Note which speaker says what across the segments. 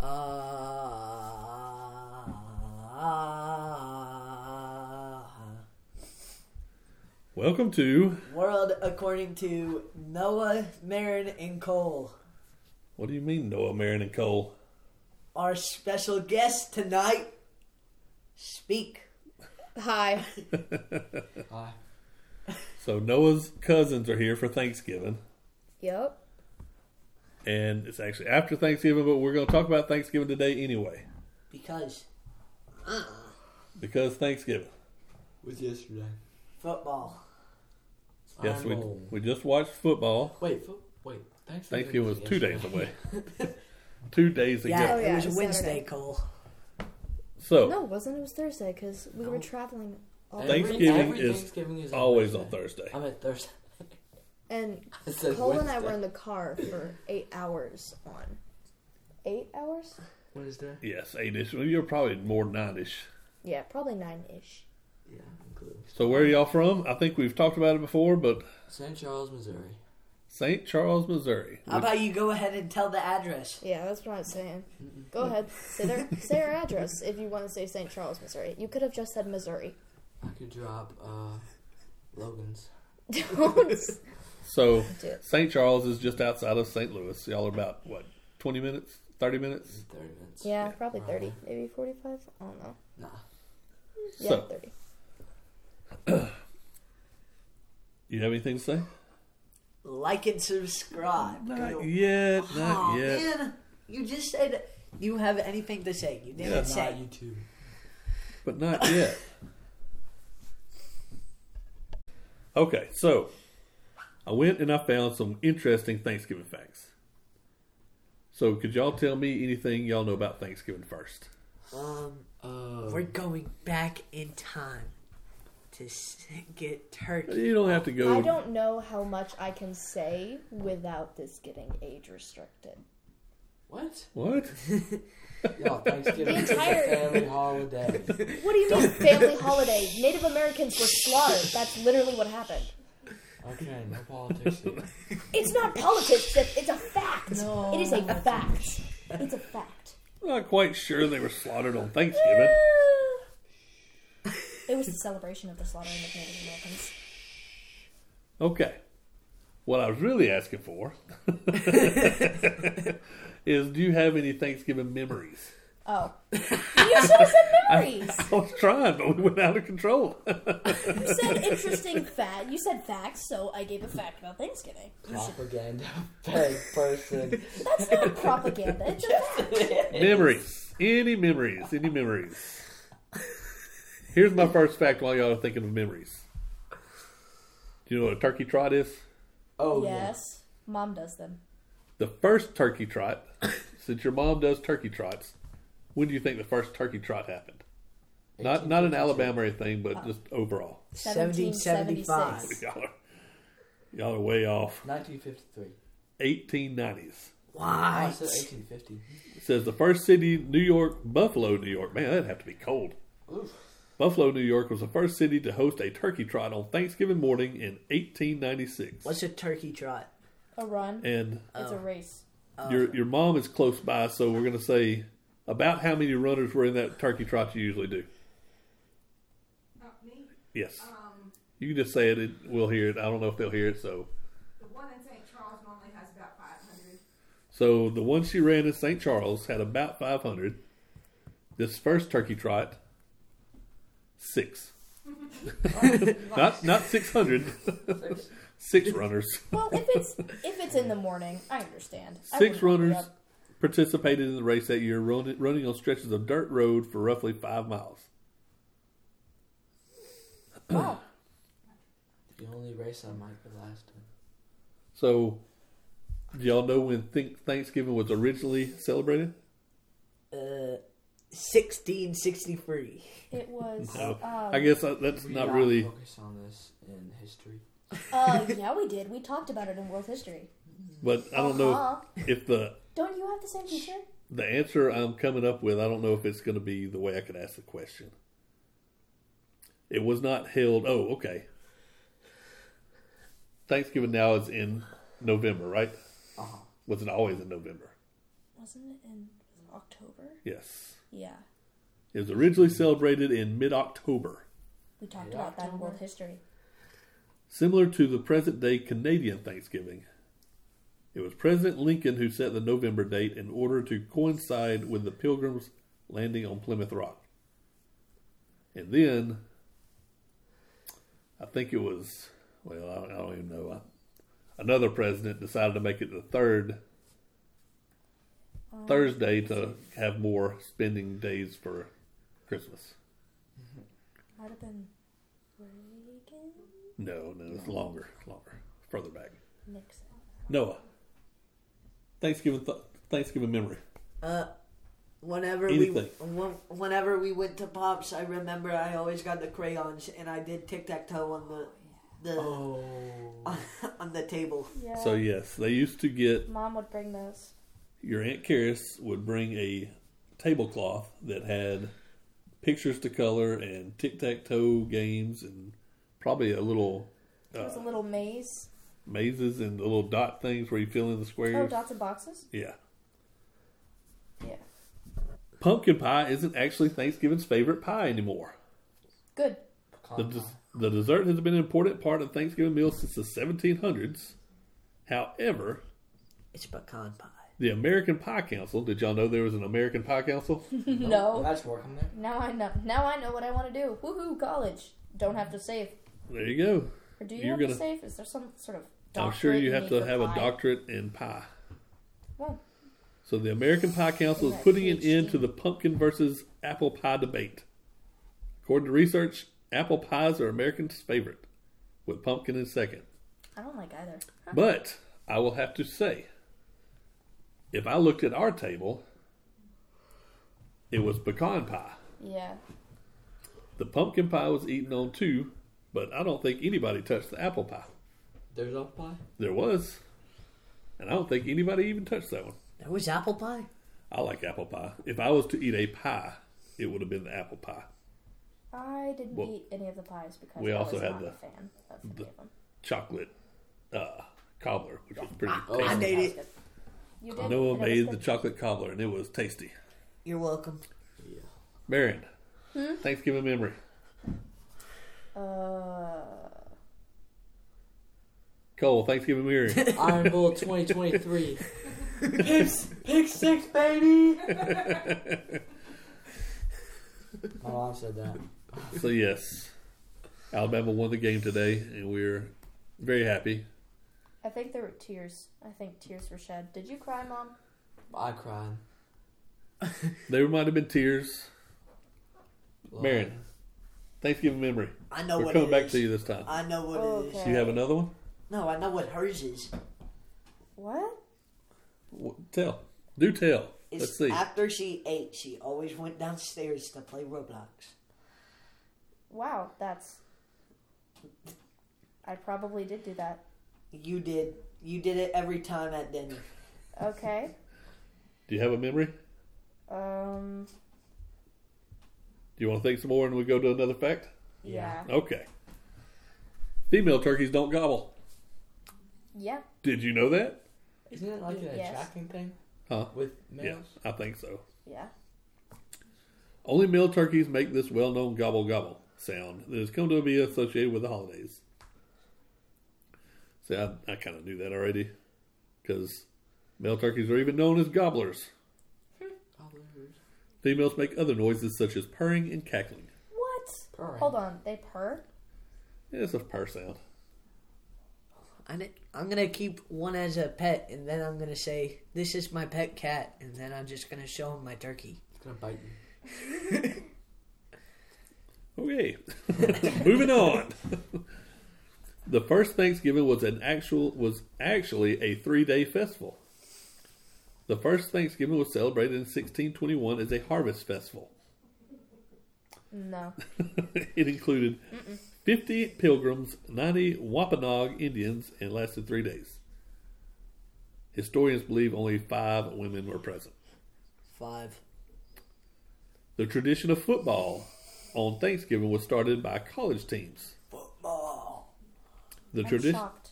Speaker 1: Uh,
Speaker 2: Welcome to
Speaker 1: World according to Noah, Marin, and Cole.
Speaker 2: what do you mean Noah, Marin, and Cole?
Speaker 1: Our special guest tonight, speak.
Speaker 3: Hi.
Speaker 4: Hi.
Speaker 2: So Noah's cousins are here for Thanksgiving,
Speaker 3: Yep.
Speaker 2: and it's actually after Thanksgiving, but we're going to talk about Thanksgiving today anyway
Speaker 1: Because
Speaker 2: because Thanksgiving.
Speaker 4: Was yesterday.
Speaker 1: football.
Speaker 2: Yes,
Speaker 4: I'm
Speaker 2: we
Speaker 4: old.
Speaker 2: we just watched football.
Speaker 4: Oh. Wait, fo- wait. Thanks. for
Speaker 2: Thanksgiving was
Speaker 4: doing
Speaker 2: two days
Speaker 4: yesterday.
Speaker 2: away. two days ago.
Speaker 1: Yeah,
Speaker 3: Oh, yeah,
Speaker 1: it was
Speaker 3: it's
Speaker 1: Wednesday,
Speaker 3: Saturday.
Speaker 1: Cole.
Speaker 2: So
Speaker 3: No, it wasn't. It was Thursday because we were traveling. All
Speaker 4: Every-
Speaker 2: Thanksgiving
Speaker 4: every
Speaker 2: is
Speaker 4: Thanksgiving is
Speaker 2: always on Thursday.
Speaker 4: I meant Thursday.
Speaker 3: And
Speaker 4: I said
Speaker 3: Cole and I
Speaker 4: Wednesday.
Speaker 3: were in the car for eight hours on. Eight hours?
Speaker 4: Wednesday.
Speaker 2: Yes, eight ish. Well, you're probably more nine ish.
Speaker 3: Yeah, probably nine ish.
Speaker 4: Yeah, including
Speaker 2: So where are y'all from? I think we've talked about it before, but
Speaker 4: St. Charles, Missouri.
Speaker 2: St. Charles, Missouri.
Speaker 1: How about you go ahead and tell the address?
Speaker 3: Yeah, that's what I was saying. Go ahead, say their say our address if you want to say St. Charles, Missouri. You could have just said Missouri.
Speaker 4: I could drop uh, Logan's.
Speaker 3: Don't.
Speaker 2: So
Speaker 3: Do it.
Speaker 2: St. Charles is just outside of St. Louis. Y'all are about what, twenty minutes, thirty minutes?
Speaker 4: in Thirty minutes.
Speaker 3: yeah, probably thirty,
Speaker 4: Uh-huh.
Speaker 3: maybe forty-five. I don't know.
Speaker 4: Nah.
Speaker 3: Yeah,
Speaker 2: So-
Speaker 3: thirty.
Speaker 2: You have anything to say?
Speaker 1: Like and subscribe. Go-
Speaker 2: Not yet.
Speaker 1: Aw,
Speaker 2: Not yet.
Speaker 1: man, you just said you have anything to say. You didn't
Speaker 2: Yeah.
Speaker 4: Nah,
Speaker 1: say.
Speaker 4: you too.
Speaker 2: But not yet. Okay, so I went and I found some interesting Thanksgiving facts. So could y'all tell me anything y'all know about Thanksgiving first?
Speaker 1: Um,
Speaker 4: Uh,
Speaker 1: we're going back in time to s- get turkey.
Speaker 2: You don't have to go.
Speaker 3: I don't know how much I can say without this getting age restricted.
Speaker 4: what?
Speaker 2: What?
Speaker 4: Y'all, Thanksgiving
Speaker 3: The
Speaker 4: is a
Speaker 3: entire-
Speaker 4: family holiday.
Speaker 3: What do you mean family holiday? Native Americans were slaughtered. That's literally what happened.
Speaker 4: Okay, no politics here.
Speaker 3: It's not politics. It's it's a fact.
Speaker 1: No.
Speaker 3: It is a fact. It's a fact.
Speaker 2: I'm not quite sure they were slaughtered on Thanksgiving.
Speaker 3: It was the celebration of the slaughtering of Native Americans.
Speaker 2: Okay. What I was really asking for is do you have any Thanksgiving memories?
Speaker 3: Oh, you should have said memories.
Speaker 2: I was trying, but we went out of control.
Speaker 3: You said interesting fact. You said facts, so I gave a fact about Thanksgiving.
Speaker 4: Propaganda. Fake person.
Speaker 3: That's not propaganda. It's a fact.
Speaker 2: memories. Any memories. Any memories. Here's my first fact while y'all are thinking of memories. Do you know what a turkey trot is?
Speaker 4: Oh,
Speaker 3: Yes, mom does them.
Speaker 2: The first turkey trot, since your mom does turkey trots, when do you think the first turkey trot happened? Not not in Alabama or anything, but just overall.
Speaker 1: 1775.
Speaker 2: Y'all are, y'all are way off.
Speaker 4: 1953.
Speaker 2: 1890s.
Speaker 4: I
Speaker 1: Why?
Speaker 4: said 1850.
Speaker 2: It says the first city, New York, Buffalo, New York. Man, that'd have to be cold.
Speaker 4: Oof.
Speaker 2: Buffalo, New York was the first city to host a turkey trot on Thanksgiving morning in 1896.
Speaker 1: What's a turkey trot?
Speaker 3: A run.
Speaker 2: And
Speaker 3: It's a race.
Speaker 2: your your mom is close by, so we're going to say about how many runners were in that turkey trot you usually do.
Speaker 5: Not me.
Speaker 2: Yes.
Speaker 5: Um,
Speaker 2: You can just say it, and we'll hear it. I don't know if they'll hear it, so.
Speaker 5: the one in St. Charles normally has about 500.
Speaker 2: So the one she ran in St. Charles had about 500. This first turkey trot, six. not not 600,
Speaker 4: Six.
Speaker 2: six runners.
Speaker 3: Well, if it's if it's in the morning, I understand. I
Speaker 2: Six
Speaker 3: wouldn't look it
Speaker 2: runners
Speaker 3: up.
Speaker 2: participated in the race that year, running, running on stretches of dirt road for roughly five miles.
Speaker 3: Wow.
Speaker 4: The only race I might be last in.
Speaker 2: So, do y'all know when think Thanksgiving was originally celebrated?
Speaker 1: Uh, 1663.
Speaker 3: It was.
Speaker 2: No.
Speaker 3: Um,
Speaker 2: I guess that- that's
Speaker 4: We
Speaker 2: not
Speaker 4: not
Speaker 2: really.
Speaker 4: Focus on this in history.
Speaker 3: Uh, yeah, we did. We talked about it in world history.
Speaker 2: But I don't know
Speaker 3: Uh-huh.
Speaker 2: if, if the
Speaker 3: Don't you have the same teacher?
Speaker 2: the answer I'm coming up with, I don't know if it's going to be the way I could ask the question. It was not held. Oh, okay. Thanksgiving now is in November, right?
Speaker 4: Uh-huh.
Speaker 2: Was it always in November?
Speaker 3: Wasn't it in October?
Speaker 2: Yes.
Speaker 3: Yeah,
Speaker 2: It was originally celebrated in mid October.
Speaker 3: we talked
Speaker 4: Yeah.
Speaker 3: about that in world history.
Speaker 2: similar to the present day Canadian Thanksgiving. It was President Lincoln who set the November date in order to coincide with the Pilgrims landing on Plymouth Rock. And then, I think it was, well, I, I don't even know. I, another president decided to make it the third
Speaker 3: Um,
Speaker 2: Thursday to have more spending days for Christmas.
Speaker 3: Might have been Reagan?
Speaker 2: No, no, it's longer, longer, further back.
Speaker 3: Nixon.
Speaker 2: Noah, Thanksgiving, th- Thanksgiving memory.
Speaker 1: Uh, whenever
Speaker 2: Anything.
Speaker 1: we when- whenever we went to pops, I remember I always got the crayons, and I did tic tac toe on the the
Speaker 4: Oh.
Speaker 1: on the table.
Speaker 3: Yeah.
Speaker 2: So yes, they used to get
Speaker 3: Mom would bring those.
Speaker 2: your aunt Karis would bring a tablecloth that had pictures to color and tic tac toe games and probably a little
Speaker 3: It was
Speaker 2: uh,
Speaker 3: a little maze.
Speaker 2: mazes and little dot things where you fill in the
Speaker 3: Oh,
Speaker 2: squares.
Speaker 3: dots and boxes?
Speaker 2: yeah.
Speaker 3: Yeah.
Speaker 2: Pumpkin pie isn't actually Thanksgiving's favorite pie anymore.
Speaker 3: Good.
Speaker 2: The,
Speaker 4: Uh-huh.
Speaker 2: des- the dessert has been an important part of Thanksgiving meals since the 1700s. However,
Speaker 1: It's pecan pie.
Speaker 2: the American Pie Council, did y'all know there was an American Pie Council?
Speaker 3: No.
Speaker 4: That's working there.
Speaker 3: Now I know. Now I know what I want to do. Woohoo! College. Don't have to save.
Speaker 2: There you go.
Speaker 3: Or do you
Speaker 2: You're
Speaker 3: have
Speaker 2: gonna-
Speaker 3: to save? Is there some sort of?
Speaker 2: I'm sure
Speaker 3: doctorate
Speaker 2: you have
Speaker 3: need
Speaker 2: to
Speaker 3: for
Speaker 2: have a
Speaker 3: pie?
Speaker 2: doctorate in pie.
Speaker 3: Well,
Speaker 2: So the American Pie Council is
Speaker 3: Yeah,
Speaker 2: putting an
Speaker 3: PhD.
Speaker 2: end to the pumpkin versus apple pie debate. According to research, apple pies are Americans' favorite, with pumpkin in second.
Speaker 3: I don't like either.
Speaker 2: But I will have to say, if I looked at our table, it was pecan pie.
Speaker 3: Yeah.
Speaker 2: The pumpkin pie was eaten on too, but I don't think anybody touched the apple pie.
Speaker 4: There's apple pie.
Speaker 2: There was, and I don't think anybody even touched that one.
Speaker 1: There was apple pie.
Speaker 2: I like apple pie. If I was to eat a pie, it would have been the apple pie.
Speaker 3: I didn't
Speaker 2: Well,
Speaker 3: eat any of the pies because
Speaker 2: we
Speaker 3: I
Speaker 2: also
Speaker 3: was
Speaker 2: had
Speaker 3: not
Speaker 2: the-
Speaker 3: a fan of any
Speaker 2: the-
Speaker 3: of them.
Speaker 2: chocolate uh, cobbler, which was pretty
Speaker 1: I-
Speaker 2: tasty.
Speaker 1: Oh, I
Speaker 3: That
Speaker 1: made
Speaker 3: was
Speaker 1: it.
Speaker 3: good. You did.
Speaker 2: Noah
Speaker 3: and it was
Speaker 2: made the
Speaker 3: good.
Speaker 2: chocolate cobbler, and it was tasty.
Speaker 1: You're welcome.
Speaker 2: Marion, Thanksgiving memory.
Speaker 3: Uh,
Speaker 2: Cole, Thanksgiving memory.
Speaker 4: Iron Bowl 2023.
Speaker 1: Pigs, pig six, baby.
Speaker 4: My mom said that.
Speaker 2: so yes, Alabama won the game today, and we're very happy.
Speaker 3: I think there were tears. I think tears were shed. Did you cry, Mom?
Speaker 4: I cried.
Speaker 2: There might have been tears.
Speaker 4: Lord.
Speaker 2: Marion. Thanksgiving memory.
Speaker 1: I know
Speaker 2: we're
Speaker 1: Oh, what
Speaker 2: coming
Speaker 1: it
Speaker 2: back
Speaker 1: is.
Speaker 2: to you this time.
Speaker 1: I know what it is.
Speaker 3: Okay.
Speaker 2: Do you have another one?
Speaker 1: No, I know what hers is.
Speaker 3: What?
Speaker 2: W- Tell. Do tell.
Speaker 1: It's
Speaker 2: Let's see.
Speaker 1: after she ate, she always went downstairs to play Roblox.
Speaker 3: Wow, that's. I probably did do that.
Speaker 1: You did. You did it every time at dinner.
Speaker 3: Okay.
Speaker 2: Do you have a memory? Do
Speaker 3: Um.
Speaker 2: you want to think some more, and we go to another fact?
Speaker 3: Yeah.
Speaker 4: Yeah.
Speaker 2: Okay. Female turkeys don't gobble.
Speaker 3: Yeah.
Speaker 2: Did you know that?
Speaker 4: Isn't it like an
Speaker 3: Yes.
Speaker 4: attracting thing?
Speaker 2: Huh?
Speaker 4: With males?
Speaker 2: Yeah, I think so.
Speaker 3: Yeah.
Speaker 2: Only male turkeys make this well known gobble gobble sound that has come to be associated with the holidays. See, I, I kind of knew that already because male turkeys are even known as gobblers.
Speaker 4: Oh, Gobblers.
Speaker 2: Females make other noises such as purring and cackling.
Speaker 3: What?
Speaker 4: Purring.
Speaker 3: Hold on. They purr.
Speaker 2: Yeah, it's a purr sound.
Speaker 1: I ne- I'm gonna keep one as a pet, and then I'm gonna say this is my pet cat, and then I'm just gonna show him my turkey.
Speaker 4: It's gonna bite you.
Speaker 2: Okay, moving on. the first Thanksgiving was an actual was actually a three day festival. The first Thanksgiving was celebrated in 1621 as a harvest festival.
Speaker 3: No.
Speaker 2: it included 50 pilgrims, 90 Wampanoag Indians, and lasted three days. Historians believe only five women were present.
Speaker 1: Five.
Speaker 2: The tradition of football on Thanksgiving was started by college teams.
Speaker 1: Football.
Speaker 2: The
Speaker 3: I'm
Speaker 2: tradition.
Speaker 3: shocked.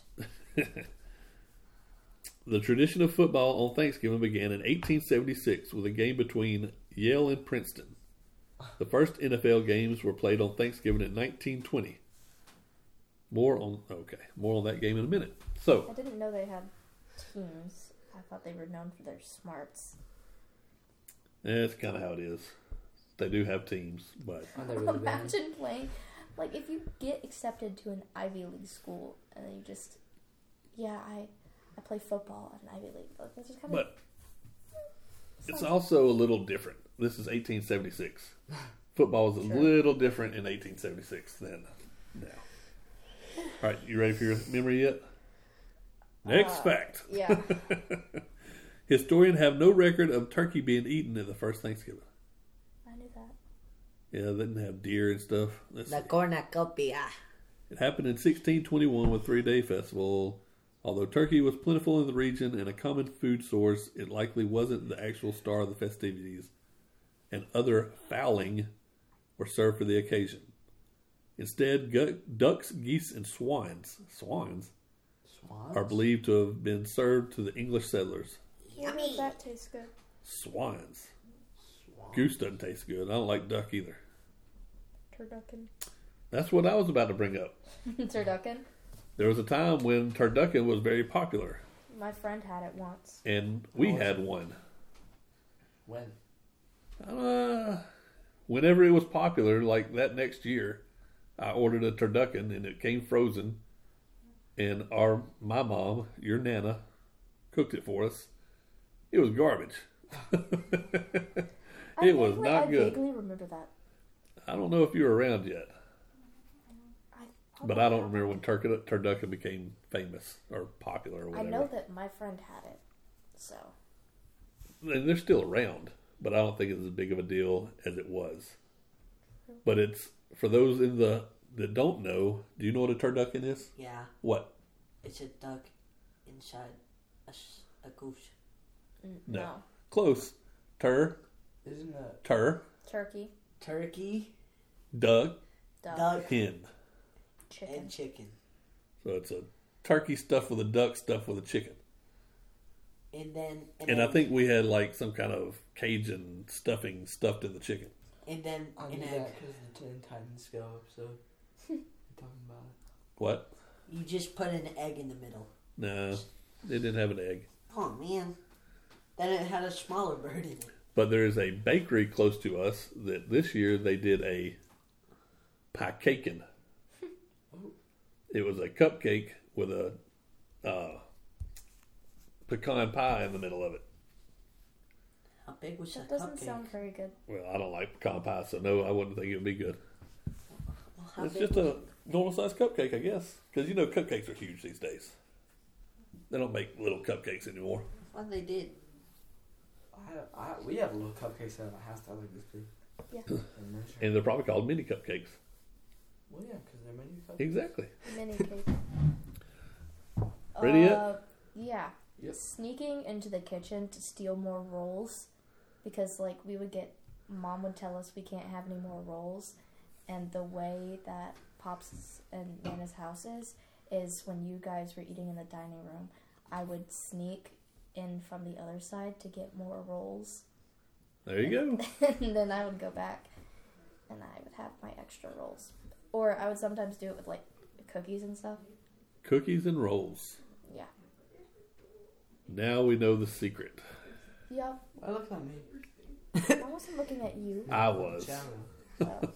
Speaker 2: The tradition of football on Thanksgiving began in 1876 with a game between Yale and Princeton. The first NFL games were played on Thanksgiving in 1920. More on okay, more on that game in a minute. So
Speaker 3: I didn't know they had teams. I thought they were known for their smarts.
Speaker 2: that's kind of how it is. They do have teams, but
Speaker 4: Aren't they really bad?
Speaker 3: Imagine playing, like if you get accepted to an Ivy League school and then you just, yeah, I, I play football at an Ivy League. Like that's just kind of
Speaker 2: but it's also a little different. This is 1876. Football is a
Speaker 3: Sure.
Speaker 2: little different in 1876 than now. All right, you ready for your memory yet? Next
Speaker 3: Uh,
Speaker 2: fact.
Speaker 3: yeah.
Speaker 2: Historians have no record of turkey being eaten in the first Thanksgiving.
Speaker 3: I knew that.
Speaker 2: Yeah, they didn't have deer and stuff. Let's
Speaker 1: La
Speaker 2: see.
Speaker 1: cornucopia.
Speaker 2: It happened in 1621 with Three Day Festival. Although turkey was plentiful in the region and a common food source, it likely wasn't the actual star of the festivities, and other fowling were served for the occasion. Instead, gu- ducks, geese, and swans swans
Speaker 4: Swans?
Speaker 2: are believed to have been served to the English settlers.
Speaker 3: Yeah,
Speaker 5: Yummy.
Speaker 3: that tastes good.
Speaker 2: Swans.
Speaker 4: Swans.
Speaker 2: Goose doesn't taste good. I don't like duck either.
Speaker 3: Turducken.
Speaker 2: That's what I was about to bring up.
Speaker 3: Turducken.
Speaker 2: There was a time when turducken was very popular,
Speaker 3: My friend had it once.
Speaker 2: and we
Speaker 4: Oh, is
Speaker 2: had one.
Speaker 4: When?
Speaker 2: Uh, whenever it was popular, like that next year, I ordered a turducken and it came frozen. And our my mom, your nana, cooked it for us. It was garbage.
Speaker 3: I
Speaker 2: it was
Speaker 3: vaguely-
Speaker 2: not
Speaker 3: I
Speaker 2: good.
Speaker 3: vaguely remember that.
Speaker 2: I don't know if you were around yet,
Speaker 3: I,
Speaker 2: but I don't remember when turkey, turducken became famous or popular or
Speaker 3: I
Speaker 2: whatever.
Speaker 3: know that my friend had it, so
Speaker 2: and they're still around, but I don't think it's as big of a deal as it was. But it's for those in the that don't know. Do you know what a turducken is?
Speaker 6: Yeah,
Speaker 2: What?
Speaker 6: it's a duck inside a, s- a goose.
Speaker 3: n-
Speaker 2: No.
Speaker 3: no.
Speaker 2: Close. Tur,
Speaker 4: Isn't a
Speaker 2: tur,
Speaker 3: Turkey,
Speaker 6: Turkey,
Speaker 2: duck,
Speaker 3: duck,
Speaker 6: duck,
Speaker 2: hen.
Speaker 3: chicken.
Speaker 6: and chicken.
Speaker 2: So it's a turkey stuff with a duck stuff with a chicken.
Speaker 6: And then
Speaker 2: And I
Speaker 6: then,
Speaker 2: think we had like some kind of Cajun stuffing stuffed in the chicken.
Speaker 6: and then
Speaker 4: I
Speaker 6: an
Speaker 4: knew
Speaker 6: egg.
Speaker 4: that because the Teen Titans Go episode. You're talking about it.
Speaker 2: What?
Speaker 6: You just put an egg in the middle.
Speaker 2: No, they didn't have an egg.
Speaker 6: Oh man, then it had a smaller bird in it.
Speaker 2: But there is a bakery close to us that this year they did a piecaken. it was a cupcake with a uh, pecan pie in the middle of it.
Speaker 6: How big was that,
Speaker 3: That doesn't
Speaker 6: cupcake?
Speaker 3: sound very good.
Speaker 2: Well, I don't like pecan pie, so no, I wouldn't think it would be good.
Speaker 6: Well, how
Speaker 2: it's
Speaker 6: big
Speaker 2: just
Speaker 6: was
Speaker 2: a normal sized cupcake, I guess. Because you know, cupcakes are huge these days. They don't make little cupcakes anymore.
Speaker 6: Well, they did.
Speaker 4: I, I, we have little cupcakes at my house that are like this big.
Speaker 3: Yeah.
Speaker 4: They're miniature.
Speaker 2: And they're probably called mini cupcakes.
Speaker 4: well, yeah, because they're mini cupcakes.
Speaker 2: Exactly.
Speaker 3: Mini cake.
Speaker 2: Ready yet?
Speaker 3: Uh, Yeah.
Speaker 4: Yep.
Speaker 3: Sneaking into the kitchen to steal more rolls, because like we would get, mom would tell us we can't have any more rolls, and the way that pops and Nana's house is, is when you guys were eating in the dining room, I would sneak in from the other side to get more rolls,
Speaker 2: There you go.
Speaker 3: and then I would go back, and I would have my extra rolls, or I would sometimes do it with like cookies and stuff.
Speaker 2: Cookies and rolls.
Speaker 3: Yeah.
Speaker 2: Now we know the secret.
Speaker 3: Yup.
Speaker 4: Why look at me?
Speaker 3: I wasn't looking at you.
Speaker 2: I was.
Speaker 4: Channel.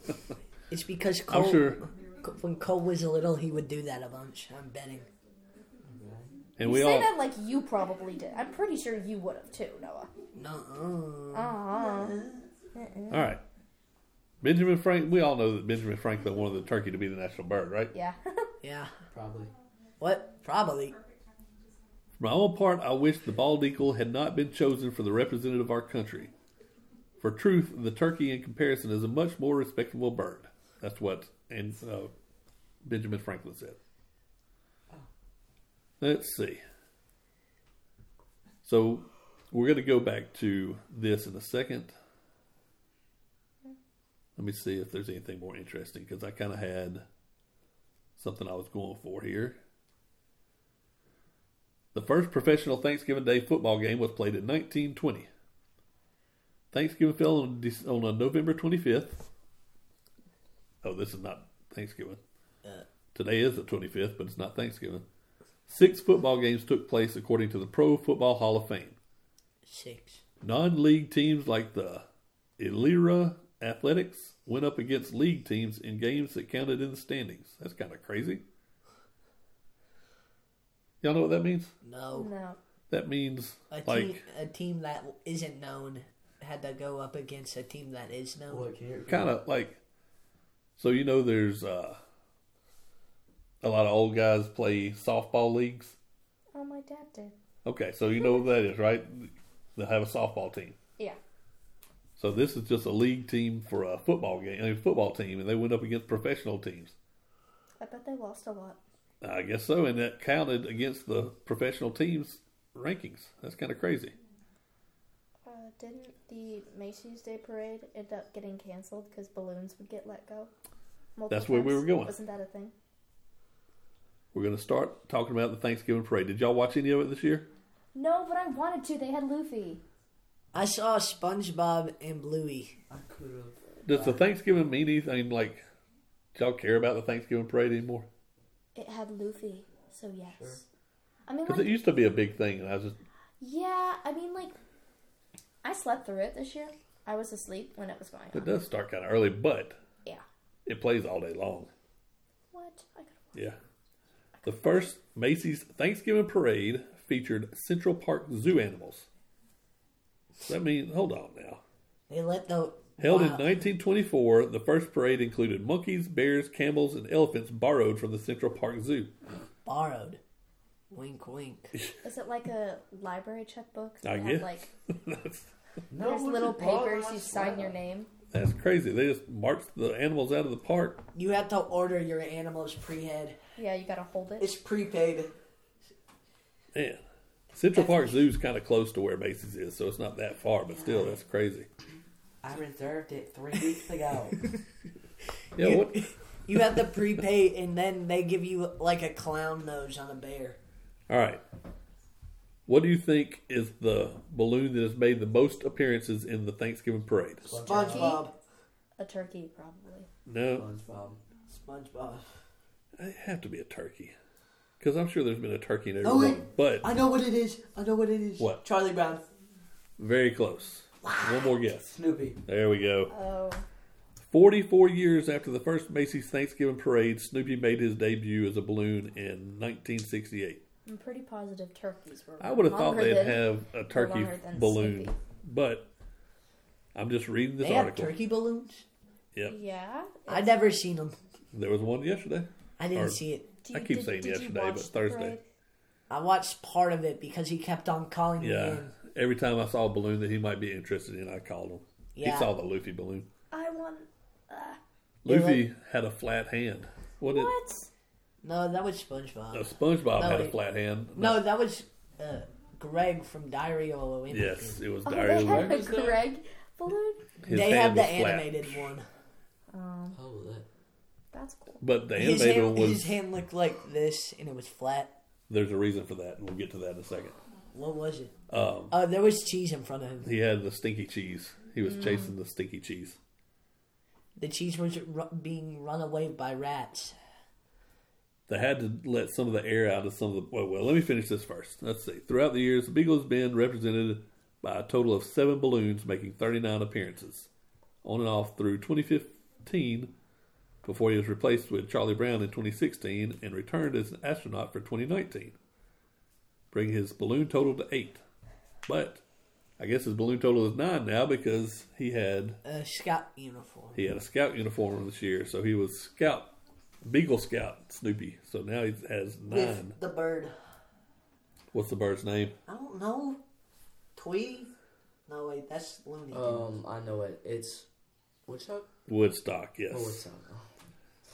Speaker 3: So.
Speaker 1: It's because
Speaker 2: I'm
Speaker 1: Cole,
Speaker 2: sure.
Speaker 1: when Cole was little, he would do that a bunch. I'm betting.
Speaker 4: Okay.
Speaker 2: And
Speaker 3: you
Speaker 2: we
Speaker 3: say
Speaker 2: all.
Speaker 3: that like you probably did. I'm pretty sure you would have too, Noah.
Speaker 1: No.
Speaker 3: Uh-huh.
Speaker 2: All right. Benjamin Frank. We all know that Benjamin Franklin wanted the turkey to be the national bird, right?
Speaker 3: Yeah.
Speaker 1: Yeah.
Speaker 4: Probably.
Speaker 1: What? Probably.
Speaker 2: For my own part, I wish the bald eagle had not been chosen for the representative of our country. For truth, the turkey in comparison is a much more respectable bird. That's what and uh, Benjamin Franklin said. Let's see. So we're going to go back to this in a second. Let me see if there's anything more interesting because I kind of had something I was going for here. The first professional Thanksgiving Day football game was played in 1920. Thanksgiving fell on, Dec- on uh, November 25th. Oh, this is not Thanksgiving.
Speaker 1: Uh.
Speaker 2: Today is the 25th, but it's not Thanksgiving. Six football games took place according to the Pro Football Hall of Fame.
Speaker 1: Six.
Speaker 2: Non league teams like the Illyra Athletics went up against league teams in games that counted in the standings. That's kind of crazy. Y'all know what that means?
Speaker 1: No.
Speaker 3: No.
Speaker 2: That means
Speaker 1: A team,
Speaker 2: like
Speaker 1: a team that isn't known had to go up against a team that is known.
Speaker 4: Look here.
Speaker 2: kind of like so you know there's uh a lot of old guys play softball leagues.
Speaker 3: Oh, my dad did.
Speaker 2: Okay, so you know what that is, right? They have a softball team.
Speaker 3: Yeah.
Speaker 2: So this is just a league team for a football game, a football team, and they went up against professional teams.
Speaker 3: I bet they lost a lot.
Speaker 2: I guess so, and that counted against the professional teams rankings. That's kind of crazy.
Speaker 3: Uh, didn't the Macy's Day Parade end up getting canceled because balloons would get let go? multiple
Speaker 2: That's where we
Speaker 3: times?
Speaker 2: were going.
Speaker 3: Wasn't that a thing?
Speaker 2: We're going to start talking about the Thanksgiving parade. Did y'all watch any of it this year?
Speaker 3: No, but I wanted to. They had Luffy.
Speaker 1: I saw SpongeBob and Bluey.
Speaker 4: I could have.
Speaker 2: Does the Thanksgiving mean anything? Like, do y'all care about the Thanksgiving parade anymore?
Speaker 3: It had Luffy, so yes.
Speaker 4: Sure.
Speaker 3: I mean,
Speaker 2: Because
Speaker 3: like,
Speaker 2: it used to be a big thing, and I was just
Speaker 3: yeah. I mean, like, I slept through it this year. I was asleep when it was going
Speaker 2: it
Speaker 3: on.
Speaker 2: does start kind of early, but
Speaker 3: Yeah.
Speaker 2: it plays all day long.
Speaker 3: What? I could.
Speaker 2: Yeah. The first Macy's Thanksgiving Parade featured Central Park zoo animals. That means, hold on now.
Speaker 1: They let the uh,
Speaker 2: Held in
Speaker 1: wow.
Speaker 2: 1924, the first parade included monkeys, bears, camels, and elephants borrowed from the Central Park Zoo.
Speaker 1: borrowed. Wink, wink.
Speaker 3: Is it like a library checkbook?
Speaker 2: I
Speaker 3: They
Speaker 2: guess.
Speaker 3: had, like
Speaker 4: No,
Speaker 3: there's
Speaker 4: what
Speaker 3: little
Speaker 4: you bought,
Speaker 3: papers
Speaker 4: I
Speaker 3: you
Speaker 4: swear.
Speaker 3: sign your name.
Speaker 2: That's crazy. They just marched the animals out of the park.
Speaker 1: You have to order your animals pre-head.
Speaker 3: Yeah, you gotta hold it.
Speaker 1: It's prepaid.
Speaker 2: Man, Central Park Zoo's kind of close to where Macy's is, so it's not that far, but still, that's crazy.
Speaker 6: I reserved it three weeks ago.
Speaker 2: Yeah, what?
Speaker 1: You have to prepay, and then they give you like a clown nose on a bear.
Speaker 2: All right. What do you think is the balloon that has made the most appearances in the Thanksgiving parade?
Speaker 1: SpongeBob.
Speaker 3: A turkey, probably.
Speaker 2: No,
Speaker 4: SpongeBob.
Speaker 1: SpongeBob.
Speaker 2: it have to be a turkey, because I'm sure there's been a turkey in every
Speaker 6: Oh, wait.
Speaker 2: one. But
Speaker 6: I know what it is. I know what it is.
Speaker 2: What?
Speaker 6: Charlie Brown.
Speaker 2: very close. One more guess.
Speaker 4: Snoopy.
Speaker 2: There we go.
Speaker 3: Oh,
Speaker 2: 44 years after the first Macy's Thanksgiving parade, Snoopy made his debut as a balloon in 1968.
Speaker 3: I'm pretty positive turkeys were.
Speaker 2: I would have thought
Speaker 3: longer
Speaker 2: they'd
Speaker 3: than-
Speaker 2: have a turkey
Speaker 3: longer than
Speaker 2: balloon,
Speaker 3: Snoopy.
Speaker 2: but I'm just reading this
Speaker 1: They have
Speaker 2: article.
Speaker 1: turkey balloons.
Speaker 2: Yep,
Speaker 3: Yeah.
Speaker 1: I never seen them.
Speaker 2: there was one yesterday.
Speaker 1: I didn't
Speaker 2: Or-
Speaker 1: see it.
Speaker 3: Do
Speaker 2: I keep saying
Speaker 3: did you
Speaker 2: yesterday,
Speaker 3: watch
Speaker 2: but
Speaker 3: the
Speaker 2: Thursday.
Speaker 3: parade?
Speaker 1: I watched part of it because he kept on calling me
Speaker 2: Yeah.
Speaker 1: in.
Speaker 2: Every time I saw a balloon that he might be interested in, I called him.
Speaker 1: Yeah.
Speaker 2: He saw the Luffy balloon.
Speaker 3: I want.
Speaker 1: Yeah,
Speaker 2: Luffy had a flat hand. What? did-
Speaker 3: What?
Speaker 1: No, that was SpongeBob.
Speaker 2: no,
Speaker 1: No,
Speaker 2: SpongeBob had a
Speaker 1: wait.
Speaker 2: flat hand.
Speaker 1: No, that was uh, Greg from Diary of a Wimpy
Speaker 2: Yes,
Speaker 1: Kid.
Speaker 2: it was
Speaker 3: Oh, they
Speaker 2: Dario.
Speaker 3: had a
Speaker 4: Where was that?
Speaker 3: Greg balloon.
Speaker 2: His
Speaker 1: they
Speaker 2: hand
Speaker 1: have the
Speaker 2: was flat.
Speaker 1: animated one.
Speaker 3: Um,
Speaker 4: Oh, that.
Speaker 3: that's cool.
Speaker 2: But the
Speaker 1: His
Speaker 2: animated
Speaker 1: hand,
Speaker 2: one was.
Speaker 1: his hand looked like this, and it was flat.
Speaker 2: There's a reason for that, and we'll get to that in a second.
Speaker 1: What was it?
Speaker 2: Um,
Speaker 1: Oh, there was cheese in front of him.
Speaker 2: he had the stinky cheese. He
Speaker 1: Mm.
Speaker 2: was chasing the stinky cheese.
Speaker 1: The cheese was ru- being run away by rats.
Speaker 2: They had to let some of the air out of some of the. Well, well let me finish this first. Let's see. Throughout the years, the Beagle has been represented by a total of seven balloons, making 39 appearances on and off through 2015 before he was replaced with Charlie Brown in 2016 and returned as an astronaut for 2019, bringing his balloon total to eight. But I guess his balloon total is nine now because he had
Speaker 1: A scout uniform.
Speaker 2: he had a scout uniform this year, so he was scout, Beagle Scout Snoopy. So now he has nine.
Speaker 6: With the bird.
Speaker 2: What's the bird's name?
Speaker 6: I don't know. Tweety? No, wait, that's Looney. Tunes.
Speaker 4: Um, I know it. It's Woodchuck.
Speaker 2: Woodstock. Yes.
Speaker 4: Oh, Woodchuck. Oh.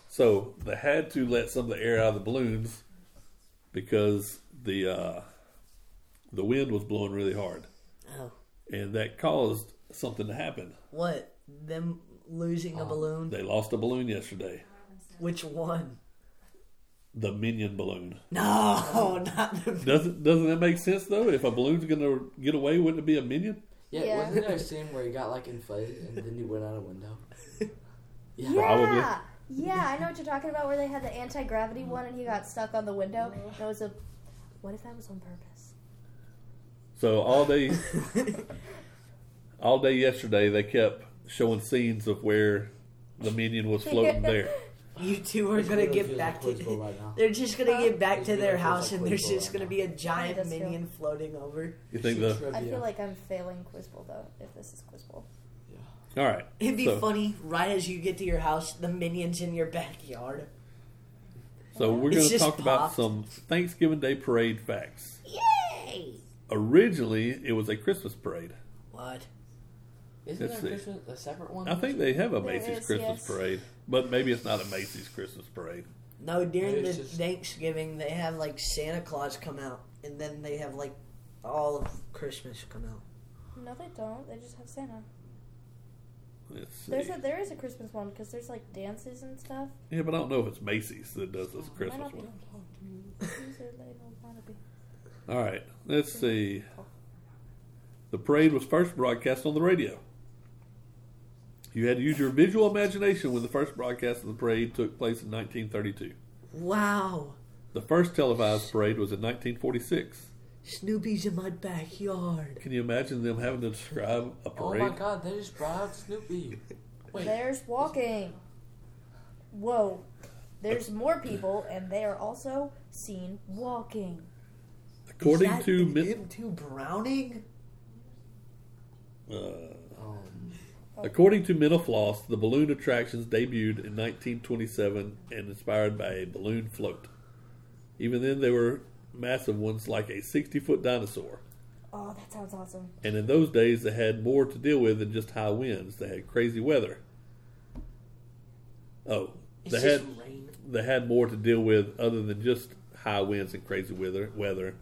Speaker 2: So they had to let some of the air out of the balloons because the uh, the wind was blowing really hard,
Speaker 1: Oh,
Speaker 2: and that caused something to happen.
Speaker 1: what? Them losing
Speaker 4: Oh.
Speaker 1: a balloon?
Speaker 2: They lost a balloon yesterday.
Speaker 1: Which one?
Speaker 2: The minion balloon.
Speaker 4: Oh.
Speaker 1: No, not the.
Speaker 2: Doesn't doesn't that make sense though? If a balloon's gonna get away, wouldn't it be a minion?
Speaker 4: Yeah,
Speaker 3: Yeah.
Speaker 4: wasn't there a scene where he got like inflated and then he went out a window?
Speaker 3: Yeah.
Speaker 2: Probably.
Speaker 3: Yeah. Yeah, I know what you're talking about. Where they had the anti gravity one, and he got stuck on the window. And it was a. What if that was on purpose?
Speaker 2: So all day, all day yesterday, they kept showing scenes of where the minion was floating there.
Speaker 1: You two are
Speaker 4: It's
Speaker 1: gonna
Speaker 4: really
Speaker 1: get
Speaker 4: feels
Speaker 1: back
Speaker 4: like Quiz Bowl
Speaker 1: to.
Speaker 4: right now.
Speaker 1: They're just gonna get back
Speaker 4: It's
Speaker 1: to their
Speaker 4: really feels
Speaker 1: house,
Speaker 4: like
Speaker 1: and there's
Speaker 4: Quiz Bowl
Speaker 1: just
Speaker 4: right
Speaker 1: gonna
Speaker 4: now.
Speaker 1: be a giant
Speaker 3: does feel-
Speaker 1: minion floating over.
Speaker 2: You think the
Speaker 3: I feel like I'm failing Quiz Bowl though. If this is Quiz Bowl,
Speaker 2: all right?
Speaker 1: It'd be
Speaker 2: So-
Speaker 1: funny, right as you get to your house, the minions in your backyard.
Speaker 2: So we're
Speaker 1: It's
Speaker 2: going to
Speaker 1: just
Speaker 2: talk about
Speaker 1: popped.
Speaker 2: some Thanksgiving Day parade facts.
Speaker 1: Yay!
Speaker 2: Originally, it was a Christmas parade.
Speaker 1: What?
Speaker 4: Isn't
Speaker 2: Let's
Speaker 4: there
Speaker 2: see.
Speaker 4: Christmas, a separate one?
Speaker 2: I think they have a
Speaker 3: Oh, There
Speaker 2: Macy's
Speaker 3: is,
Speaker 2: Christmas
Speaker 3: yes.
Speaker 2: parade, but maybe it's not a Macy's Christmas parade.
Speaker 1: No, during
Speaker 4: Maybe
Speaker 1: the
Speaker 4: it's just-
Speaker 1: Thanksgiving, they have like Santa Claus come out, and then they have like all of Christmas come out.
Speaker 3: no, they don't. They just have Santa.
Speaker 2: Let's see.
Speaker 3: There's a, there is a Christmas one because there's like dances and stuff.
Speaker 2: Yeah, but I don't know if it's Macy's that does this
Speaker 3: Why
Speaker 2: Christmas
Speaker 3: not be
Speaker 2: one.
Speaker 3: These are- they don't wanna oh, be.
Speaker 2: All right, let's see. The parade was first broadcast on the radio. You had to use your visual imagination when the first broadcast of the parade took place in 1932.
Speaker 1: Wow!
Speaker 2: The first televised parade was in 1946.
Speaker 1: Snoopy's in my backyard.
Speaker 2: Can you imagine them having to describe a
Speaker 4: Oh
Speaker 2: parade?
Speaker 4: my god, they just brought out Snoopy. Wait.
Speaker 3: There's walking. Whoa. There's more people, and they are also seen walking.
Speaker 2: According
Speaker 1: Is that
Speaker 2: to
Speaker 1: him
Speaker 2: Min-
Speaker 1: to Browning,
Speaker 2: uh,
Speaker 4: Um,
Speaker 2: according to Mental Floss, the balloon attractions debuted in 1927 and inspired by a balloon float. Even then, they were massive ones like a 60 foot dinosaur.
Speaker 3: Oh, that sounds awesome.
Speaker 2: And in those days, they had more to deal with than just high winds. They had crazy weather. Oh,
Speaker 1: it's
Speaker 2: they
Speaker 1: just
Speaker 2: had
Speaker 1: rain.
Speaker 2: they had more to deal with other than just high winds and crazy weather. Weather.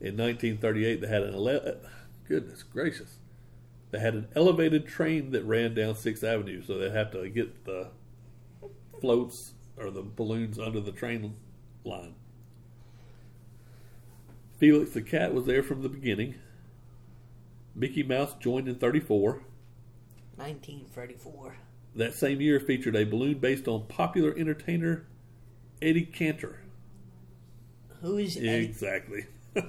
Speaker 2: In 1938, they had an ele- goodness gracious, they had an elevated train that ran down Sixth Avenue, so they had to get the floats or the balloons under the train line. Felix the cat was there from the beginning. Mickey Mouse joined in 34.
Speaker 1: 1934.
Speaker 2: That same year featured a balloon based on popular entertainer Eddie Cantor.
Speaker 1: Who is Eddie?
Speaker 2: Exactly.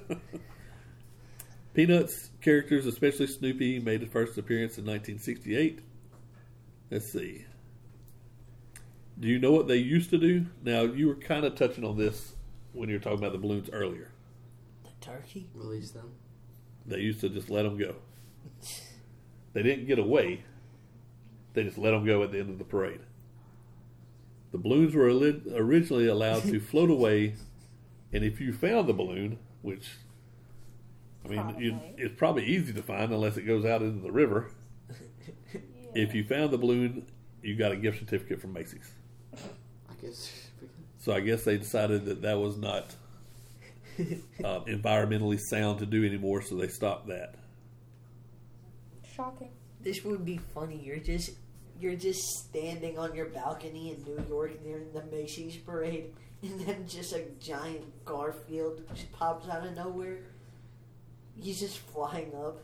Speaker 2: Peanuts characters, especially Snoopy, made a first appearance in 1968. Let's see. Do you know what they used to do? Now, you were kind of touching on this when you were talking about the balloons earlier.
Speaker 1: the turkey?
Speaker 4: release them.
Speaker 2: They used to just let them go. They didn't get away. They just let them go at the end of the parade. The balloons were ali- originally allowed to float away, and if you found the balloon, which I mean, you,
Speaker 3: Probably.
Speaker 2: it's probably easy to find unless it goes out into the river. If you found the balloon, you got a gift certificate from Macy's.
Speaker 4: I guess.
Speaker 2: So I guess they decided that that was not uh, environmentally sound to do anymore, so they stopped that.
Speaker 3: Shocking.
Speaker 1: This would be funny. You're just you're just standing on your balcony in New York during the Macy's parade, and then just a giant Garfield just pops out of nowhere. He's just flying up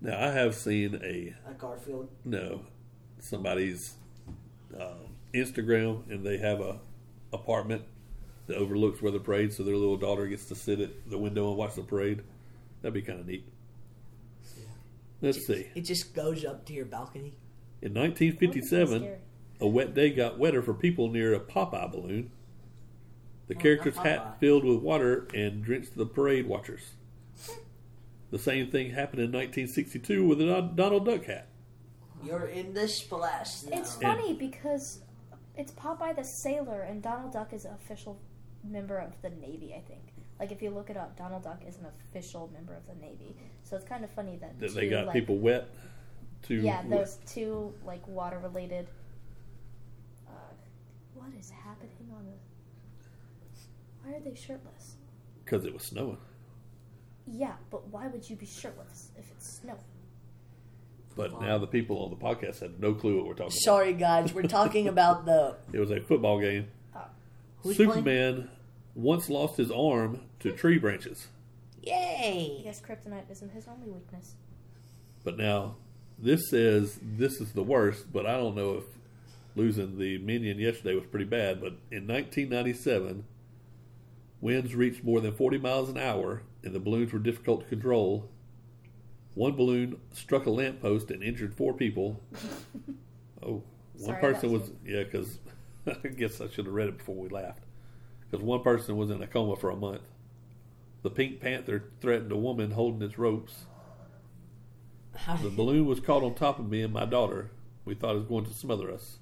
Speaker 2: Now I have seen a
Speaker 1: a Garfield.
Speaker 2: no somebody's um, Instagram, and they have a apartment that overlooks where the parade, so their little daughter gets to sit at the window and watch the parade. That'd be kind of neat. Let's see.
Speaker 1: It just goes up to your balcony.
Speaker 2: In
Speaker 3: That would be
Speaker 2: 1957,
Speaker 3: scary.
Speaker 2: a wet day got wetter for people near a Popeye balloon. The
Speaker 1: Oh,
Speaker 2: character's
Speaker 1: not
Speaker 2: hat
Speaker 1: Popeye.
Speaker 2: filled with water and drenched the parade watchers. The same thing happened in 1962 with a Don- Donald Duck hat.
Speaker 1: You're in the splash zone.
Speaker 3: It's funny because it's Popeye the Sailor, and Donald Duck is an official member of the Navy, I think. Like, if you look it up, Donald Duck is an official member of the Navy. So it's kind of funny that,
Speaker 2: that
Speaker 3: two,
Speaker 2: they got
Speaker 3: like,
Speaker 2: people wet to
Speaker 3: Yeah, those two, like, water related. Uh, what is happening on the. Why are they shirtless?
Speaker 2: because it was snowing.
Speaker 3: Yeah, but why would you be shirtless if it's snowing?
Speaker 2: But now the people on the podcast had no clue what we're talking
Speaker 1: Sorry, guys. We're talking about the
Speaker 2: about. It was a football game.
Speaker 1: who's playing?
Speaker 2: Superman once lost his arm to tree branches,
Speaker 3: I
Speaker 1: Yay!
Speaker 3: guess kryptonite isn't his only weakness.
Speaker 2: but now this says this is the worst. But I don't know if losing the Minion yesterday was pretty bad, but in 1997, winds reached more than 40 miles an hour and the balloons were difficult to control. One balloon struck a lamppost and injured four people. oh, one
Speaker 3: Sorry,
Speaker 2: person
Speaker 3: that
Speaker 2: was, yeah, because I guess I should have read it before we laughed. Because one person was in a coma for a month. The Pink Panther threatened a woman holding its ropes.
Speaker 1: How
Speaker 2: The
Speaker 1: did,
Speaker 2: balloon was caught on top of me and my daughter. We thought it was going to smother us.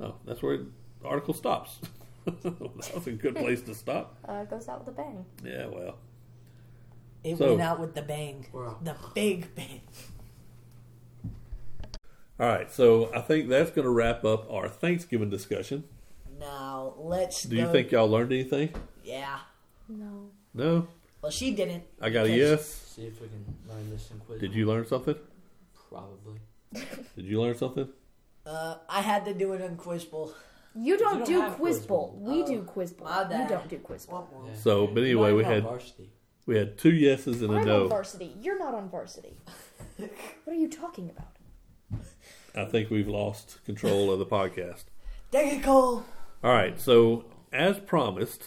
Speaker 2: Oh, that's where the article stops. that was a good place to stop.
Speaker 3: Uh, it goes out with a bang.
Speaker 2: Yeah, well.
Speaker 1: it
Speaker 2: so-
Speaker 1: went out with the bang.
Speaker 4: Wow.
Speaker 1: The big bang.
Speaker 2: All right, so I think that's going to wrap up our Thanksgiving discussion.
Speaker 1: Now, let's
Speaker 2: Do you
Speaker 1: go-
Speaker 2: think y'all learned anything?
Speaker 1: Yeah.
Speaker 3: No.
Speaker 2: No?
Speaker 1: Well, she didn't.
Speaker 2: I got a
Speaker 1: Yes.
Speaker 2: yes.
Speaker 4: See if we can learn this in quiz.
Speaker 2: Did you learn something?
Speaker 4: Probably.
Speaker 2: Did you learn something?
Speaker 1: Uh, I had to do it on Quiz Bowl.
Speaker 3: You don't,
Speaker 4: don't
Speaker 3: do
Speaker 4: have
Speaker 3: quiz
Speaker 4: quiz
Speaker 3: bowl. We
Speaker 1: Oh,
Speaker 3: do quiz bowl.
Speaker 1: my
Speaker 3: You
Speaker 1: bad.
Speaker 3: don't do quiz bowl.
Speaker 1: Womp womp.
Speaker 4: Yeah.
Speaker 2: So, but anyway,
Speaker 4: Not
Speaker 2: we
Speaker 4: even on
Speaker 2: had
Speaker 4: varsity.
Speaker 2: we had two yeses and a
Speaker 3: I'm on
Speaker 2: no.
Speaker 3: varsity. You're not on varsity. what are you talking about?
Speaker 2: I think we've lost control of the podcast.
Speaker 1: Dang it, Cole.
Speaker 2: All right, so as promised,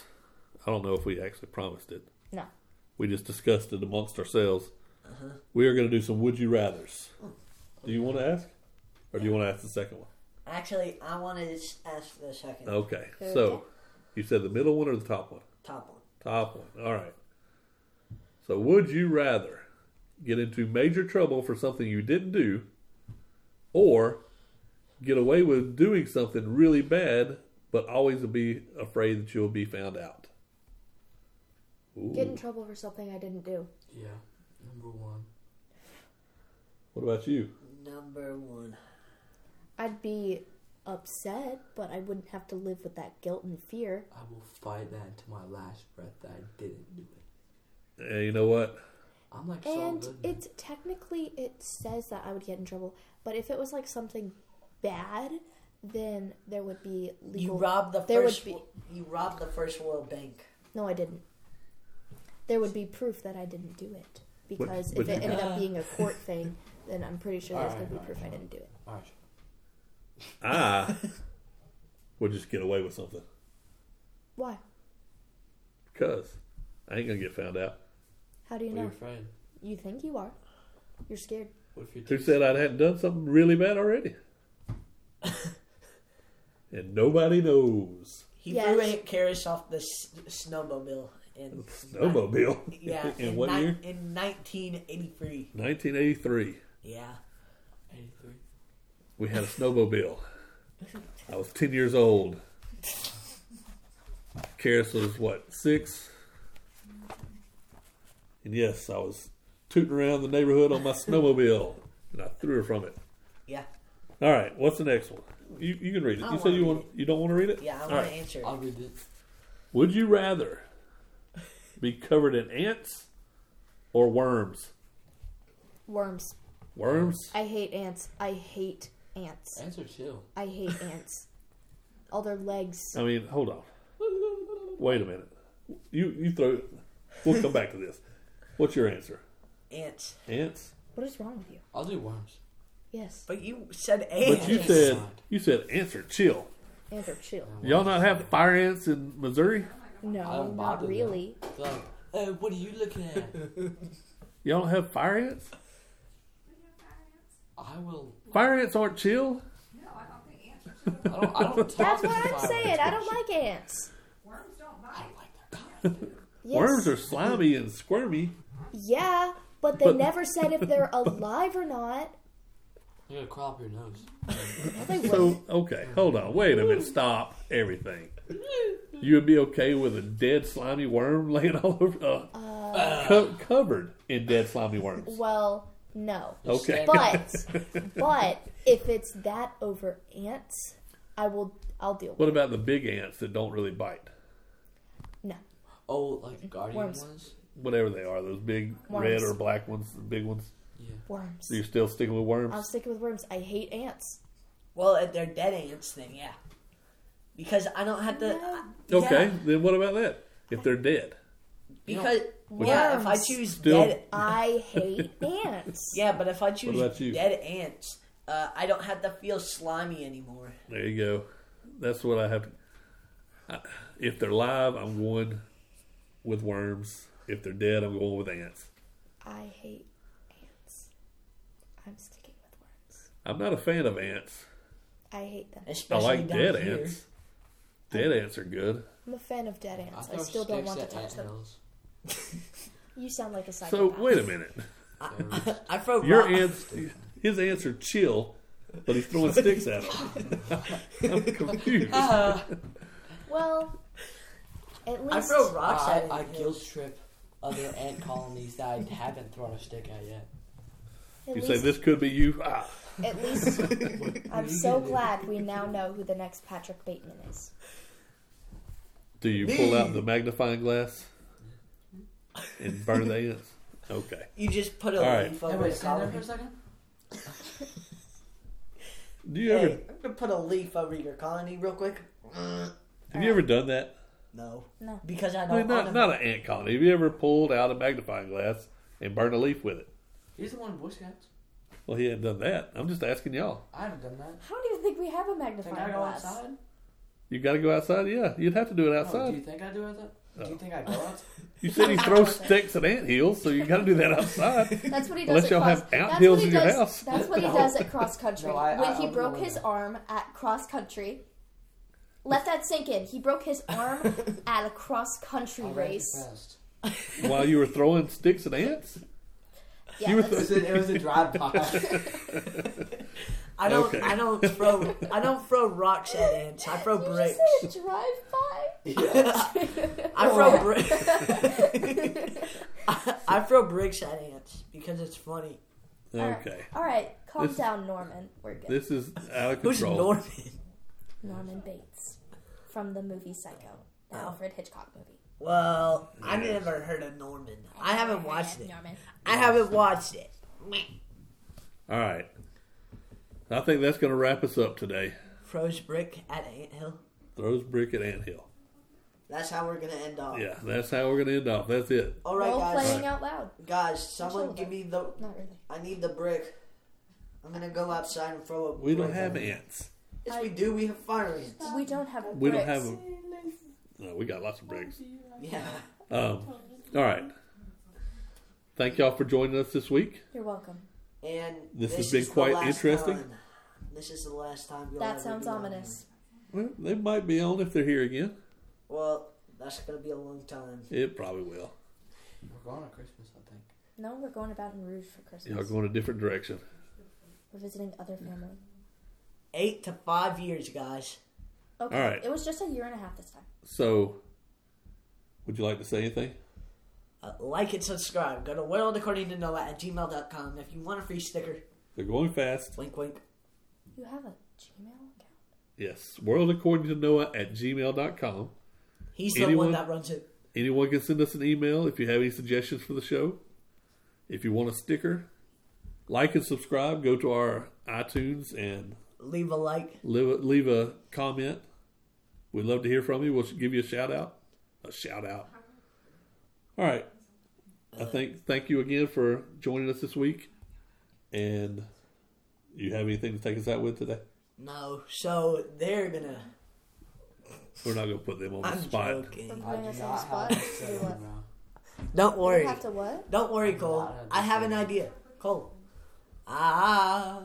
Speaker 2: I don't know if we actually promised it.
Speaker 3: No.
Speaker 2: We just discussed it amongst ourselves. We are going to do some would you rather's. Do you want to ask, or do you want to ask the second one?
Speaker 1: Actually, I want to ask the second
Speaker 2: Okay, so
Speaker 3: Okay.
Speaker 2: you said the middle one or the top one?
Speaker 1: top one.
Speaker 2: Top one. All right. So would you rather get into major trouble for something you didn't do, or get away with doing something really bad, but always be afraid that you'll be found out? Ooh.
Speaker 3: Get in trouble for something I didn't do.
Speaker 4: Yeah. Number one.
Speaker 2: What about you?
Speaker 1: Number one.
Speaker 3: I'd be upset, but I wouldn't have to live with that guilt and fear.
Speaker 4: I will fight that until my last breath that I didn't do it.
Speaker 2: Eh, you know what?
Speaker 4: I'm like
Speaker 3: And
Speaker 4: so good. man.
Speaker 3: it's technically it says that I would get in trouble, but if it was like something bad, then there would be
Speaker 1: You
Speaker 3: legal.
Speaker 1: robbed the
Speaker 3: there would
Speaker 1: first.
Speaker 3: be-
Speaker 1: wo- you robbed the first World Bank.
Speaker 3: no, I didn't. There would be proof that I didn't do it because
Speaker 2: but
Speaker 3: if it
Speaker 2: you
Speaker 3: ended
Speaker 1: got-
Speaker 3: up being a court thing, then I'm pretty sure there's
Speaker 4: Alright,
Speaker 3: gonna be
Speaker 4: alright,
Speaker 3: proof I
Speaker 4: alright.
Speaker 3: didn't do it.
Speaker 4: All right.
Speaker 2: I would just get away with something
Speaker 3: Why?
Speaker 2: because I ain't gonna get found out.
Speaker 3: How do you
Speaker 4: What are
Speaker 3: know?
Speaker 4: you afraid?
Speaker 3: You think you are. You're scared.
Speaker 4: What if you
Speaker 2: Who said I hadn't done something really bad already? and nobody knows.
Speaker 1: He
Speaker 3: Yeah.
Speaker 1: threw Aunt Karis off the s- snowmobile in
Speaker 2: Snowmobile.
Speaker 1: yeah
Speaker 2: in what
Speaker 1: ni-
Speaker 2: year?
Speaker 1: In 1983.
Speaker 2: 1983.
Speaker 1: Yeah.
Speaker 4: 83?
Speaker 2: We had a snowmobile. I was 10 years old. Karis was what, six? And yes, I was tooting around the neighborhood on my snowmobile and I threw her from it.
Speaker 1: Yeah.
Speaker 2: All right, what's the next one? You, you can read it.
Speaker 1: I
Speaker 2: You
Speaker 1: don't
Speaker 2: said you
Speaker 1: wanna read
Speaker 2: want you don't want to read it.
Speaker 1: Yeah. I
Speaker 2: All
Speaker 1: want
Speaker 2: right. Uh,
Speaker 1: to answer.
Speaker 4: I'll read it.
Speaker 2: Would you rather be covered in ants or worms?
Speaker 3: Worms.
Speaker 2: Worms?
Speaker 3: I hate ants. I hate ants.
Speaker 4: Answer chill.
Speaker 3: I hate ants. All their legs.
Speaker 4: Oh.
Speaker 2: I mean, hold on. Wait a minute. You you throw. We'll come back to this. What's your answer?
Speaker 1: Ants.
Speaker 2: Ants.
Speaker 3: What is wrong with you?
Speaker 4: I'll do worms.
Speaker 3: Yes.
Speaker 1: But you said ants.
Speaker 2: But you said you said ants are chill.
Speaker 3: Ants are chill.
Speaker 2: Y'all not have fire ants in Missouri?
Speaker 4: I
Speaker 3: No,
Speaker 4: don't bother
Speaker 3: not
Speaker 4: them.
Speaker 3: really.
Speaker 4: It's like, uh, what are you looking at?
Speaker 2: Y'all don't have fire ants?
Speaker 4: I will.
Speaker 2: Fire ants aren't chill.
Speaker 5: No, I don't think ants are
Speaker 4: I don't. I don't talk
Speaker 3: That's
Speaker 4: to
Speaker 3: what I'm
Speaker 4: fire
Speaker 3: saying.
Speaker 4: ants.
Speaker 3: I don't like ants.
Speaker 5: Worms don't bite.
Speaker 3: Yes.
Speaker 2: Worms are slimy and squirmy.
Speaker 3: Yeah, but they
Speaker 2: But-
Speaker 3: never said if they're alive or not.
Speaker 4: You're gonna crawl up your nose.
Speaker 3: No, they wouldn't.
Speaker 2: So okay, hold on. Wait a minute. Stop everything. You would be okay with a dead slimy worm laying all over, uh, co- covered in dead slimy worms.
Speaker 3: Well, no.
Speaker 2: Okay.
Speaker 3: But but if it's that over ants, I will. I'll deal. with
Speaker 2: What about the big ants that don't really bite?
Speaker 3: No.
Speaker 4: Oh, like guardian
Speaker 3: Worms.
Speaker 4: ones.
Speaker 2: Whatever they are, those big red
Speaker 3: Worms.
Speaker 2: or black ones, the big ones.
Speaker 4: Yeah.
Speaker 3: Worms.
Speaker 2: So you're still sticking with
Speaker 3: I'm
Speaker 2: worms.
Speaker 3: sticking with worms. I hate ants.
Speaker 1: Well, if they're dead ants, then yeah. Because I don't have to. I-
Speaker 2: Okay,
Speaker 1: yeah,
Speaker 2: then what about that? If they're dead,
Speaker 1: because yeah, if I
Speaker 3: Worms.
Speaker 1: choose
Speaker 2: Still-
Speaker 1: dead,
Speaker 3: I hate ants.
Speaker 1: yeah, but if I choose
Speaker 2: about you?
Speaker 1: dead ants, Uh, I don't have to feel slimy anymore.
Speaker 2: There you go. That's what I have. To, I, if they're live, I'm going with worms. If they're dead, I'm going with ants.
Speaker 3: I hate ants. I'm sticking with worms.
Speaker 2: I'm not a fan of ants.
Speaker 3: I hate them.
Speaker 1: Especially
Speaker 2: I like
Speaker 1: down
Speaker 2: dead
Speaker 1: here.
Speaker 2: ants. Dead ants are good.
Speaker 3: I'm a fan of dead ants. I,
Speaker 4: thought
Speaker 3: still don't
Speaker 4: snakes
Speaker 3: want to
Speaker 4: ate
Speaker 3: touch them.
Speaker 4: anthills.
Speaker 3: You sound like a psychopath.
Speaker 2: So wait a minute.
Speaker 4: Yeah.
Speaker 1: I throw
Speaker 2: Your
Speaker 1: rock-
Speaker 2: ants, his ants are chill, but he's throwing sticks at them. I'm confused.
Speaker 3: Well, at least
Speaker 1: I throw rocks
Speaker 4: I,
Speaker 1: at
Speaker 4: I
Speaker 1: it.
Speaker 4: guilt trip other ant colonies that I haven't thrown a stick at yet.
Speaker 3: at
Speaker 2: You
Speaker 3: least,
Speaker 2: say this could be you. Ah,
Speaker 3: at least I'm so glad we now know who the next Patrick Bateman is.
Speaker 2: do you pull out the magnifying glass and burn the ants? Okay.
Speaker 1: You just put a
Speaker 2: All right.
Speaker 1: leaf
Speaker 4: Hey,
Speaker 1: over
Speaker 4: wait,
Speaker 1: the
Speaker 4: stand there
Speaker 1: colony.
Speaker 4: for a second.
Speaker 2: Do you ever
Speaker 1: Hey, I'm gonna put a leaf over your colony real quick.
Speaker 2: have you ever done that?
Speaker 1: No,
Speaker 3: No.
Speaker 1: because I
Speaker 2: I mean,
Speaker 1: don't.
Speaker 2: not
Speaker 1: want
Speaker 2: not an ant colony. Have you ever pulled out a magnifying glass and burned a leaf with it?
Speaker 4: He's the one in Boy Scouts.
Speaker 2: Well, he hadn't done that. I'm just asking y'all.
Speaker 4: I haven't done that.
Speaker 3: How do you think we have a
Speaker 4: Think I
Speaker 3: magnifying
Speaker 4: go
Speaker 3: glass?
Speaker 4: outside?
Speaker 2: You got to go outside. Yeah, you'd have to do it
Speaker 4: No,
Speaker 2: outside.
Speaker 4: do you think I do outside? Do
Speaker 2: No.
Speaker 4: you think I go outside?
Speaker 2: You said he throws sticks at ant hills, so you got to do that outside.
Speaker 3: That's what he does.
Speaker 2: Unless
Speaker 3: at
Speaker 2: y'all
Speaker 3: cross,
Speaker 2: have ant
Speaker 3: that's
Speaker 2: hills
Speaker 3: what he
Speaker 2: in your
Speaker 3: does,
Speaker 2: house.
Speaker 3: That's what he
Speaker 4: No.
Speaker 3: does at cross country.
Speaker 4: No, I- I-
Speaker 3: when he
Speaker 4: I'll
Speaker 3: broke
Speaker 4: go
Speaker 3: his
Speaker 4: with that.
Speaker 3: arm at cross country, let that sink in. He broke his arm at a cross country
Speaker 4: I'll rank it
Speaker 3: race.
Speaker 4: fast.
Speaker 2: While you were throwing sticks at ants,
Speaker 3: Yeah,
Speaker 2: You were
Speaker 3: that's-
Speaker 4: It was a, it was a drive by.
Speaker 1: I don't.
Speaker 2: Okay.
Speaker 1: I don't throw. I don't throw rocks at ants. I throw
Speaker 3: Did
Speaker 1: bricks.
Speaker 3: You say drive
Speaker 1: I throw bricks. I, I throw bricks at ants because it's funny.
Speaker 3: by.
Speaker 2: okay.
Speaker 3: All right, calm
Speaker 2: This-
Speaker 3: down, Norman. We're good.
Speaker 2: This is out of
Speaker 1: Who's
Speaker 2: control.
Speaker 1: Norman?
Speaker 3: Norman Bates from the movie Psycho, the
Speaker 1: Oh.
Speaker 3: Alfred Hitchcock movie.
Speaker 1: Well, I never heard of Norman. I haven't watched it.
Speaker 3: Norman.
Speaker 1: I haven't watched it.
Speaker 2: All right. I think that's going to wrap us up today.
Speaker 1: Throws brick at ant hill.
Speaker 2: Throws brick at ant hill.
Speaker 1: That's how we're gonna end off.
Speaker 2: Yeah, that's how we're going to end off. That's it.
Speaker 1: All right,
Speaker 3: Role
Speaker 1: guys.
Speaker 3: playing out loud.
Speaker 1: Guys, someone give
Speaker 3: Control that.
Speaker 1: me the.
Speaker 3: Not really.
Speaker 1: I need the brick. I'm gonna go outside and throw a.
Speaker 2: We don't
Speaker 1: brick.
Speaker 2: have ants.
Speaker 1: Yes, we do. We have fire ants.
Speaker 3: We don't have.
Speaker 2: We don't
Speaker 3: bricks.
Speaker 2: have. A, no, we got lots of bricks.
Speaker 1: Yeah.
Speaker 2: Um, all right. Thank y'all for joining us this week.
Speaker 3: You're welcome.
Speaker 1: And
Speaker 2: This
Speaker 1: this,
Speaker 2: has been
Speaker 1: is the
Speaker 2: quite
Speaker 1: last
Speaker 2: interesting.
Speaker 1: time. This is the last time. You'll
Speaker 3: That
Speaker 1: ever
Speaker 3: sounds
Speaker 1: be on
Speaker 3: ominous.
Speaker 2: Well, they might be on if they're here again.
Speaker 1: here. Well, that's gonna be a long time.
Speaker 2: It probably will.
Speaker 4: We're going to Christmas, I think.
Speaker 3: No, we're going to Baton Rouge for Christmas.
Speaker 2: Y'all going a different direction.
Speaker 3: We're visiting other family.
Speaker 1: Eight to five years, guys.
Speaker 3: Okay.
Speaker 2: All right.
Speaker 3: It was just a year and a half this time.
Speaker 2: So, would you like to say anything?
Speaker 1: Uh, like and subscribe. Go to worldaccordingto at gmail.com if you want a free sticker.
Speaker 2: They're going fast.
Speaker 1: Wink, wink.
Speaker 3: You have a Gmail account.
Speaker 2: Yes. World according to Noah at gmail.com.
Speaker 1: He's the one
Speaker 2: Anyone?
Speaker 1: that runs it.
Speaker 2: Anyone can send us an email if you have any suggestions for the show. If you want a sticker, like and subscribe. Go to our iTunes and
Speaker 1: Leave a like.
Speaker 2: leave a, leave a comment. We'd love to hear from you. We'll give you a shout out. A shout out. All right. I think thank you again for joining us this week. And you have anything to take us out with today?
Speaker 1: No, so they're gonna.
Speaker 2: We're not going to put them on the
Speaker 1: I'm
Speaker 2: spot.
Speaker 1: joking.
Speaker 3: Putting
Speaker 4: I
Speaker 3: us
Speaker 4: do
Speaker 3: on the
Speaker 4: not
Speaker 3: spot.
Speaker 4: have a set
Speaker 3: Do
Speaker 4: of
Speaker 3: what?
Speaker 4: them,
Speaker 1: Don't
Speaker 3: You
Speaker 1: worry.
Speaker 3: have to what?
Speaker 1: Don't worry, Cole. I have an idea. Cole. Ah.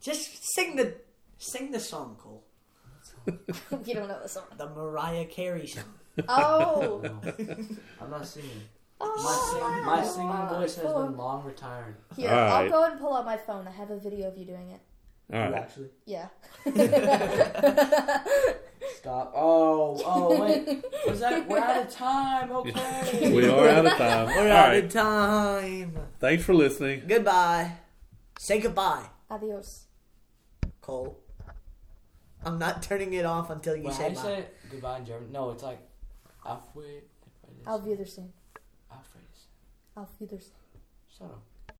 Speaker 1: Just sing the sing the song, Cole.
Speaker 3: you don't know the song.
Speaker 1: The Mariah Carey song.
Speaker 3: Oh.
Speaker 4: bro. No. I'm not singing. My,
Speaker 3: oh.
Speaker 4: sing, my singing voice has
Speaker 3: Cool.
Speaker 4: been long retired.
Speaker 3: Here,
Speaker 2: All
Speaker 3: I'll
Speaker 2: right.
Speaker 3: go and pull out my phone. I have a video of you doing it.
Speaker 2: All
Speaker 4: You
Speaker 2: right.
Speaker 4: Actually,
Speaker 3: Yeah.
Speaker 4: stop. Oh, oh, wait. Was that? We're out of time. Okay.
Speaker 2: We are out of time. All
Speaker 1: We're out
Speaker 2: right.
Speaker 1: of time.
Speaker 2: Thanks for listening.
Speaker 1: Goodbye. Say goodbye,
Speaker 3: Adios.
Speaker 1: Cole. I'm not turning it off until you
Speaker 4: Wait, how
Speaker 1: say
Speaker 4: do you
Speaker 1: bye.
Speaker 4: say goodbye in German? No, it's like Alfred. Alfred.
Speaker 3: Auf Wiedersehen.
Speaker 4: Alfred.
Speaker 3: Auf Wiedersehen.
Speaker 4: Shut up.